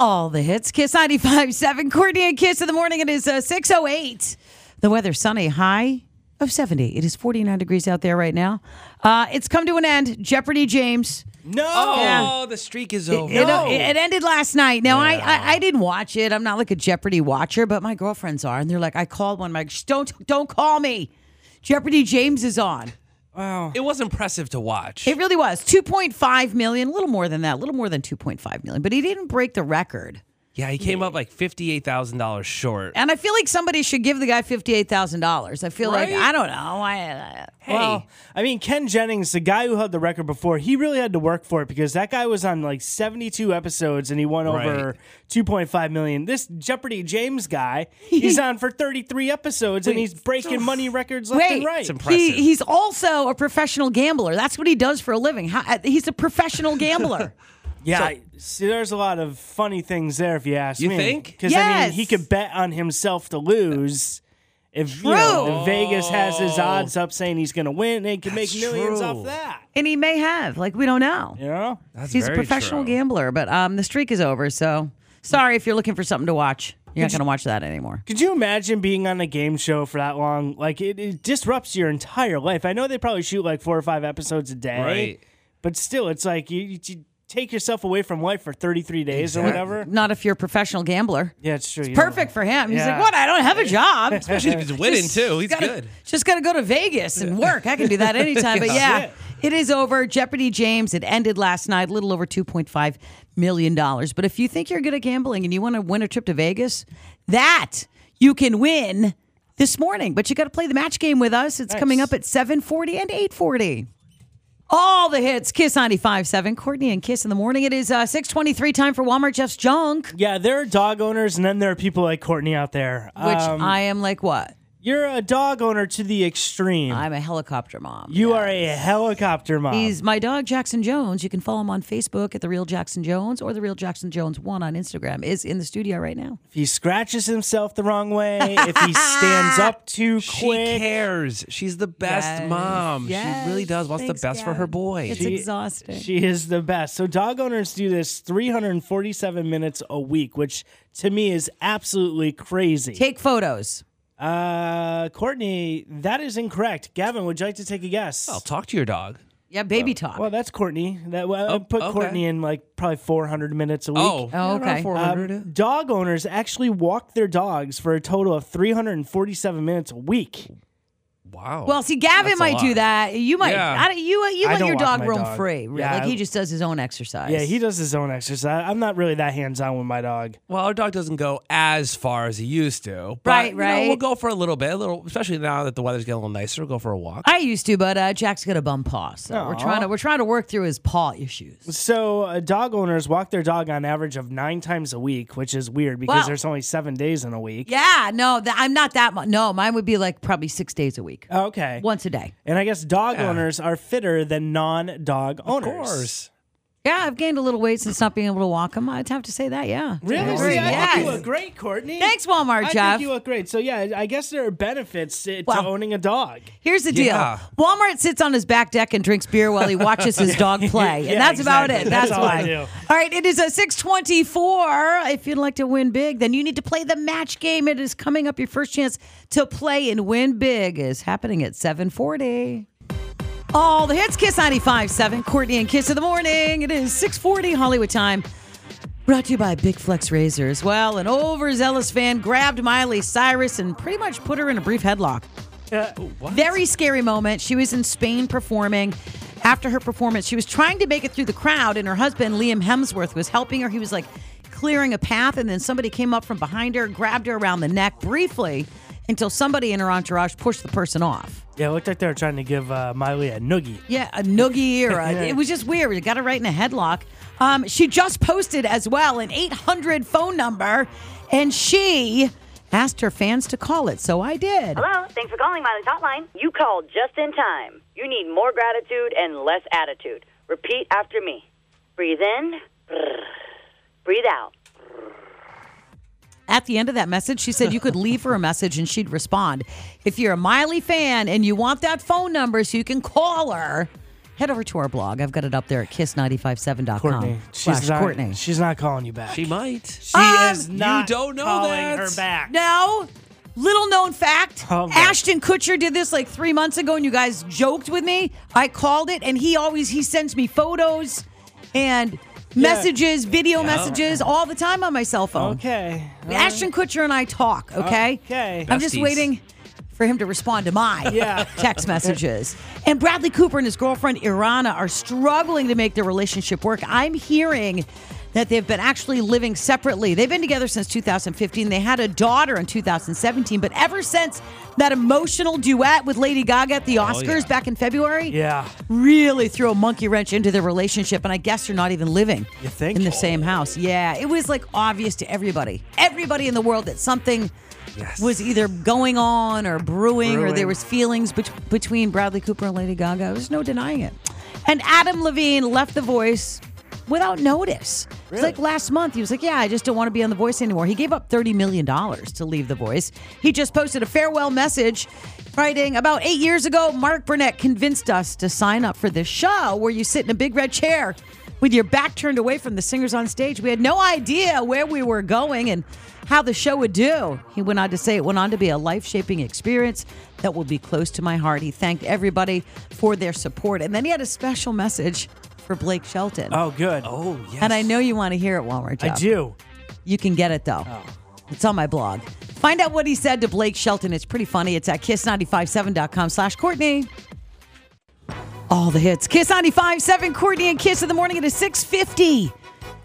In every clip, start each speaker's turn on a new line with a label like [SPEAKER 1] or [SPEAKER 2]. [SPEAKER 1] All the hits. Kiss 95.7. Courtney and Kiss in the morning. It is uh, 6.08. The weather sunny. High of 70. It is 49 degrees out there right now. Uh, it's come to an end. Jeopardy James.
[SPEAKER 2] No, Oh,
[SPEAKER 1] Yeah.
[SPEAKER 2] the streak is
[SPEAKER 1] It, uh,
[SPEAKER 2] over.
[SPEAKER 1] it ended last night. Now, I, I I didn't watch it. I'm not like a Jeopardy watcher, but my girlfriends are. And they're like, I called one. I'm like, "Shh, don't, don't call me. Jeopardy James is on.
[SPEAKER 2] it was impressive to watch.
[SPEAKER 1] It really was. 2.5 million, a little more than that, a little more than 2.5 million, but he didn't break the record.
[SPEAKER 2] yeah, he came up like fifty-eight thousand dollars short.
[SPEAKER 1] And I feel like somebody should give the guy $58,000. I feel like, I don't know. I, uh,
[SPEAKER 2] Hey,
[SPEAKER 3] Well, Oh, I mean, Ken Jennings, the guy who held the record before, he really had to work for it because that guy was on like 72 episodes and he won over
[SPEAKER 2] Right.
[SPEAKER 3] 2.5 million. This Jeopardy James guy, he's on for 33 episodes and he's breaking money records left
[SPEAKER 1] wait,
[SPEAKER 3] and right.
[SPEAKER 2] It's impressive.
[SPEAKER 1] he, he's also a professional gambler. That's what he does for a living. How, uh, he's a professional gambler.
[SPEAKER 3] Yeah, I- see, there's a lot of funny things there if you ask
[SPEAKER 2] You
[SPEAKER 3] me.
[SPEAKER 2] think?
[SPEAKER 3] Because I mean,
[SPEAKER 1] Yes.
[SPEAKER 3] he could bet on himself to lose. If you know,
[SPEAKER 1] True.
[SPEAKER 3] if Vegas has his odds up saying he's going to win, they could make
[SPEAKER 2] Oh. That's
[SPEAKER 3] millions
[SPEAKER 2] true.
[SPEAKER 3] off that.
[SPEAKER 1] and he may have. Like, we don't know.
[SPEAKER 3] You know?
[SPEAKER 2] That's
[SPEAKER 1] he's a
[SPEAKER 2] very
[SPEAKER 1] professional
[SPEAKER 2] true.
[SPEAKER 1] gambler, but um, the streak is over. So sorry if you're looking for something to watch. You're not going to watch that anymore.
[SPEAKER 3] Could you imagine being on a game show for that long? Like it, it disrupts your entire life. I know they probably shoot like four or five episodes a day,
[SPEAKER 2] Right.
[SPEAKER 3] But still, it's like you, you, you take yourself away from life for 33 days or whatever.
[SPEAKER 1] Not if you're a professional gambler.
[SPEAKER 3] Yeah, it's true. you don't-
[SPEAKER 1] Perfect for him. He's like,
[SPEAKER 3] Yeah.
[SPEAKER 1] what? I don't have a job.
[SPEAKER 2] Especially if he's winning too. He's
[SPEAKER 1] gotta,
[SPEAKER 2] good.
[SPEAKER 1] Just got to go to Vegas and work. I can do that anytime. But yeah, it is over. Jeopardy James, it ended last night, a little over $2.5 million. But if you think you're good at gambling and you want to win a trip to Vegas, that you can win this morning. But you got to play the match game with us. It's coming up at 740 and 840. All the hits, Kiss 95.7, Courtney and Kiss in the morning. It is uh, 623 time for Walmart Jeff's Junk, which
[SPEAKER 3] Yeah, there are dog owners, and then there are people like Courtney out there. Um,
[SPEAKER 1] I am like, what?
[SPEAKER 3] you're a dog owner to the extreme.
[SPEAKER 1] I'm a helicopter mom.
[SPEAKER 3] you are a helicopter mom.
[SPEAKER 1] He's my dog, Jackson Jones. You can follow him on Facebook at The Real Jackson Jones or The Real Jackson Jones 1 on Instagram. Is in the studio right now.
[SPEAKER 3] if he scratches himself the wrong way, if he stands up too
[SPEAKER 2] She
[SPEAKER 3] quick,
[SPEAKER 2] cares. She's the best
[SPEAKER 1] Yes.
[SPEAKER 2] mom.
[SPEAKER 1] Yes.
[SPEAKER 2] She really does. Wants
[SPEAKER 1] Thanks,
[SPEAKER 2] the best for
[SPEAKER 1] Dad.
[SPEAKER 2] her boy.
[SPEAKER 1] It's exhausting.
[SPEAKER 3] She is the best. So dog owners do this 347 minutes a week, which to me is absolutely crazy.
[SPEAKER 1] Take photos.
[SPEAKER 3] uh, Courtney, that is incorrect. Gavin, would you like to take a guess?
[SPEAKER 2] I'll talk to your dog.
[SPEAKER 1] Yeah, baby talk.
[SPEAKER 3] well, that's Courtney. That well, I
[SPEAKER 2] Oh,
[SPEAKER 3] put
[SPEAKER 2] okay.
[SPEAKER 3] Courtney in like probably 400 minutes a week.
[SPEAKER 2] Oh, yeah, around
[SPEAKER 1] okay.
[SPEAKER 2] 400.
[SPEAKER 3] Um, dog owners actually walk their dogs for a total of 347 minutes a week.
[SPEAKER 2] wow.
[SPEAKER 1] well, see, Gavin
[SPEAKER 2] That's a
[SPEAKER 1] might do
[SPEAKER 2] lot.
[SPEAKER 1] that. You might.
[SPEAKER 2] Yeah.
[SPEAKER 1] I don't- you you
[SPEAKER 3] I
[SPEAKER 1] let
[SPEAKER 3] don't
[SPEAKER 1] your
[SPEAKER 3] walk
[SPEAKER 1] dog
[SPEAKER 3] my
[SPEAKER 1] roam
[SPEAKER 3] dog.
[SPEAKER 1] free. right?
[SPEAKER 3] Yeah,
[SPEAKER 1] like
[SPEAKER 3] I-
[SPEAKER 1] he just does his own exercise.
[SPEAKER 3] Yeah, he does his own exercise. I'm not really that hands on with my dog.
[SPEAKER 2] Well, our dog doesn't go as far as he used to. But,
[SPEAKER 1] Right,
[SPEAKER 2] you know,
[SPEAKER 1] right.
[SPEAKER 2] we'll go for a little bit, a little, especially now that the weather's getting a little nicer. We'll go for a walk.
[SPEAKER 1] I used to, but uh, Jack's got a bum paw, so we're
[SPEAKER 3] Aw.
[SPEAKER 1] trying to we're trying to work through his paw issues.
[SPEAKER 3] So, uh, dog owners walk their dog on average of nine times a week, which is weird because
[SPEAKER 1] Wow.
[SPEAKER 3] there's only seven days in a week.
[SPEAKER 1] Yeah, no, th- I'm not that much. No, mine would be like probably six days a week,
[SPEAKER 3] Okay.
[SPEAKER 1] once a day.
[SPEAKER 3] And I guess dog owners are fitter than non dog
[SPEAKER 2] of
[SPEAKER 3] owners.
[SPEAKER 2] course.
[SPEAKER 1] Yeah, I've gained a little weight since not being able to walk him. I'd have to say that. Yeah,
[SPEAKER 3] Really?
[SPEAKER 1] Yes.
[SPEAKER 3] See, I think you
[SPEAKER 1] Yes.
[SPEAKER 3] look great, Courtney.
[SPEAKER 1] Thanks, Walmart
[SPEAKER 3] I
[SPEAKER 1] Jeff.
[SPEAKER 3] think you look great. So, yeah, I guess there are benefits to, to
[SPEAKER 1] Well-
[SPEAKER 3] owning a dog.
[SPEAKER 1] Here's the deal.
[SPEAKER 2] Yeah.
[SPEAKER 1] Walmart sits on his back deck and drinks beer while he watches his dog play. And
[SPEAKER 3] Yeah,
[SPEAKER 1] that's about it.
[SPEAKER 3] exactly.
[SPEAKER 1] That's,
[SPEAKER 3] That's all
[SPEAKER 1] why.
[SPEAKER 3] I do.
[SPEAKER 1] All right, it is a 624. If you'd like to win big, then you need to play the match game. It is coming up. Your first chance to play and win big is happening at 740. All the hits, Kiss 95.7, Courtney and Kiss of the Morning. It is 640 Hollywood time. Brought to you by Big Flex Razors. Well, an overzealous fan grabbed Miley Cyrus and pretty much put her in a brief headlock. Very scary moment. She was in Spain performing. After her performance, she was trying to make it through the crowd, and her husband, Liam Hemsworth, was helping her. He was like clearing a path, and then somebody came up from behind her, grabbed her around the neck briefly, until somebody in her entourage pushed the person off.
[SPEAKER 3] Yeah, it looked like they were trying to give uh, Miley a noogie.
[SPEAKER 1] Yeah, a noogie era. It was just weird. We got her right in a headlock. Um, she just posted as well an 800 phone number, and she asked her fans to call it. So I did.
[SPEAKER 4] Hello, thanks for calling Miley's Hotline. You called just in time. You need more gratitude and less attitude. Repeat after me. Breathe in, breathe out.
[SPEAKER 1] At the end of that message, she said you could leave her a message and she'd respond. If you're a Miley fan and you want that phone number so you can call her, head over to our blog. I've got it up there at kiss957.com.
[SPEAKER 3] Courtney,
[SPEAKER 1] slash
[SPEAKER 3] she's not.
[SPEAKER 1] Courtney.
[SPEAKER 3] She's not calling you back.
[SPEAKER 2] She might.
[SPEAKER 3] She
[SPEAKER 1] Um,
[SPEAKER 3] is not.
[SPEAKER 2] don't know
[SPEAKER 3] calling
[SPEAKER 2] that.
[SPEAKER 3] her back.
[SPEAKER 1] No. Little known fact,
[SPEAKER 3] Oh, my.
[SPEAKER 1] Ashton Kutcher did this like three months ago, and you guys joked with me. I called it, and he always he sends me photos and messages, video messages all the time on my cell phone.
[SPEAKER 3] Okay. Uh,
[SPEAKER 1] Ashton Kutcher and I talk. Okay.
[SPEAKER 3] Okay.
[SPEAKER 1] I'm just
[SPEAKER 2] Besties.
[SPEAKER 1] waiting for him to respond to my
[SPEAKER 3] Yeah.
[SPEAKER 1] text messages. And Bradley Cooper and his girlfriend Irana are struggling to make their relationship work. I'm hearing that they've been actually living separately. They've been together since 2015. They had a daughter in 2017, but ever since that emotional duet with Lady Gaga at the Oscars back in February,
[SPEAKER 3] Yeah.
[SPEAKER 1] really threw a monkey wrench into their relationship. And I guess they're not even living
[SPEAKER 3] You think?
[SPEAKER 1] in the same house. Yeah, it was like obvious to everybody, everybody in the world that something was either going on or brewing, or there
[SPEAKER 3] Brewing.
[SPEAKER 1] was feelings bet- between Bradley Cooper and Lady Gaga. There's no denying it. And Adam Levine left The Voice without notice. It's like last month, he was like, "Yeah, I just don't want to be on The Voice anymore." He gave up thirty million dollars to leave The Voice. He just posted a farewell message. Writing about eight years ago, Mark Burnett convinced us to sign up for this show where you sit in a big red chair with your back turned away from the singers on stage. We had no idea where we were going and how the show would do. He went on to say it went on to be a life shaping experience that will be close to my heart. He thanked everybody for their support. And then he had a special message for Blake Shelton.
[SPEAKER 3] Oh, good. Oh, yeah.
[SPEAKER 1] And I know you want to hear it, Walmart.
[SPEAKER 3] I
[SPEAKER 1] Jeff.
[SPEAKER 3] do. Oh.
[SPEAKER 1] You can get it though. It's on my blog. Find out what he said to Blake Shelton. It's pretty funny. It's at kiss957.com slash Courtney. All the hits. Kiss 95.7, Courtney and Kiss in the morning. It is 6.50.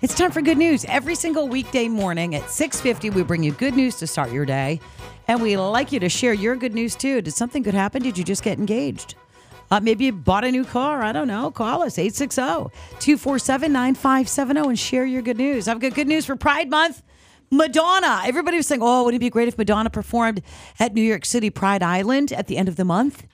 [SPEAKER 1] It's time for good news. Every single weekday morning at 6.50, we bring you good news to start your day. And we like you to share your good news too. Did something good happen? Did you just get engaged? Uh, maybe you bought a new car. I don't know. Call us 860 247 9570 and share your good news. I've got good news for Pride Month. Madonna. Everybody was saying, oh, wouldn't it be great if Madonna performed at New York City Pride Island at the end of the month?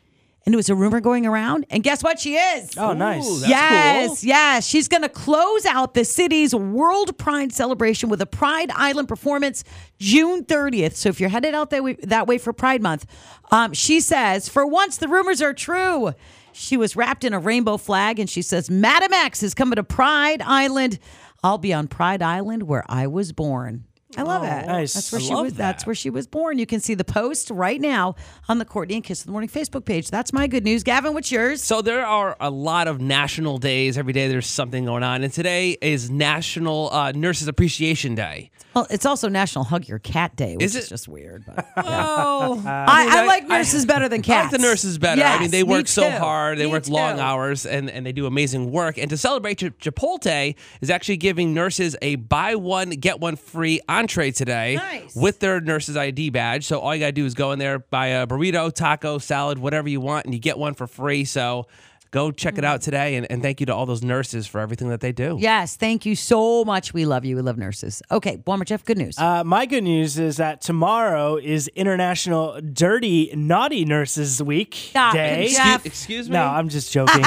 [SPEAKER 1] And it was a rumor going around. And guess what? She is.
[SPEAKER 3] Oh, nice.
[SPEAKER 2] Ooh, that's
[SPEAKER 1] yes,
[SPEAKER 2] cool.
[SPEAKER 1] yes. She's going to close out the city's World Pride celebration with a Pride Island performance June 30th. So if you're headed out that way, that way for Pride Month, um, she says, for once the rumors are true. She was wrapped in a rainbow flag and she says, Madam X is coming to Pride Island. I'll be on Pride Island where I was born. I love it.
[SPEAKER 3] nice.
[SPEAKER 1] That's where
[SPEAKER 3] I
[SPEAKER 1] she
[SPEAKER 2] Oh, love
[SPEAKER 1] was. That's
[SPEAKER 2] that.
[SPEAKER 1] where where she was born. You can see the post right now on the Courtney and Kiss of the Morning Facebook page. That's my good news. Gavin, what's yours?
[SPEAKER 2] So there are a lot of national days. Every day there's something going on, and today is National uh, Nurses Appreciation Day.
[SPEAKER 1] Well, it's also National Hug Your Cat Day, which is,
[SPEAKER 2] Is it-
[SPEAKER 1] just weird. But
[SPEAKER 2] Oh,
[SPEAKER 1] I, I like nurses better than
[SPEAKER 2] I
[SPEAKER 1] cats.
[SPEAKER 2] like the nurses better. I mean,
[SPEAKER 1] Yes,
[SPEAKER 2] they
[SPEAKER 1] me
[SPEAKER 2] work so
[SPEAKER 1] too.
[SPEAKER 2] hard. They
[SPEAKER 1] Me
[SPEAKER 2] work long
[SPEAKER 1] too.
[SPEAKER 2] hours, and, and they do amazing work. And to celebrate, Chi- Chipotle is actually giving nurses a buy one get one free entree today
[SPEAKER 1] Nice.
[SPEAKER 2] with their nurses ID badge. So all you gotta do is go in there, buy a burrito, taco, salad, whatever you want, and you get one for free. So go check it out
[SPEAKER 1] Mm.
[SPEAKER 2] today. And, and thank you to all those nurses for everything that they do.
[SPEAKER 1] Yes, thank you so much. We love you. We love nurses. Okay, Walmart Jeff, good news.
[SPEAKER 3] Uh, my good news is that tomorrow is International Dirty Naughty Nurses Week
[SPEAKER 1] Stop it,
[SPEAKER 3] Day.
[SPEAKER 1] Jeff.
[SPEAKER 2] Excuse me.
[SPEAKER 3] No, I'm just joking.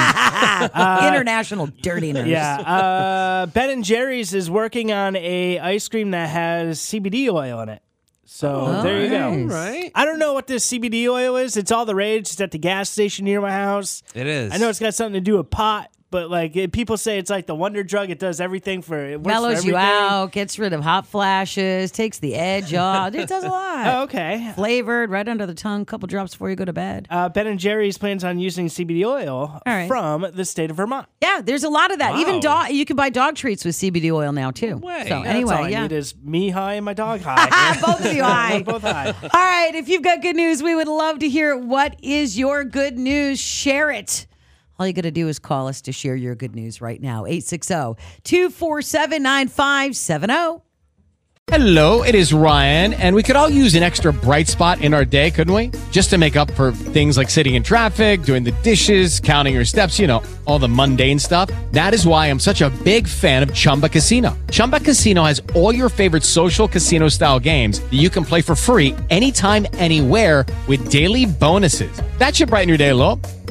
[SPEAKER 1] International Dirty Nurse.
[SPEAKER 3] uh, yeah, uh, Ben and Jerry's is working on a ice cream that has CBD oil in it. So there you go.
[SPEAKER 1] Oh, nice.
[SPEAKER 2] Right?
[SPEAKER 3] I don't know what this CBD oil is. It's all the rage. It's at the gas station near my house.
[SPEAKER 2] It is.
[SPEAKER 3] I know it's got something to do with pot, but like it, people say it's like the wonder drug. It does everything for it. Works for
[SPEAKER 1] Mellows you
[SPEAKER 3] everything.
[SPEAKER 1] out, gets rid of hot flashes, takes the edge off. It does a lot.
[SPEAKER 3] Oh, okay.
[SPEAKER 1] Flavored, right under the tongue, couple drops before you go to bed.
[SPEAKER 3] Uh, ben and Jerry's plans on using CBD oil
[SPEAKER 1] right.
[SPEAKER 3] from the state of Vermont.
[SPEAKER 1] Yeah, there's a lot of that. Even
[SPEAKER 2] Wow.
[SPEAKER 1] dog, you can buy dog treats with CBD oil now too.
[SPEAKER 2] way.
[SPEAKER 1] So
[SPEAKER 2] That's
[SPEAKER 1] anyway,
[SPEAKER 3] That's all I
[SPEAKER 1] yeah.
[SPEAKER 3] need is me high and my dog high.
[SPEAKER 1] both of you, I.
[SPEAKER 3] Both high.
[SPEAKER 1] All right, if you've got good news, we would love to hear it. What is your good news? Share it. All you got to do is call us to share your oh, good news right now. 860 247 9570.
[SPEAKER 5] Hello, it is Ryan, and we could all use an extra bright spot in our day, couldn't we? Just to make up for things like sitting in traffic, doing the dishes, counting your steps, you know, all the mundane stuff. That is why I'm such a big fan of Chumba Casino. Chumba Casino has all your favorite social casino style games that you can play for free anytime, anywhere with daily bonuses. That should brighten your day a little.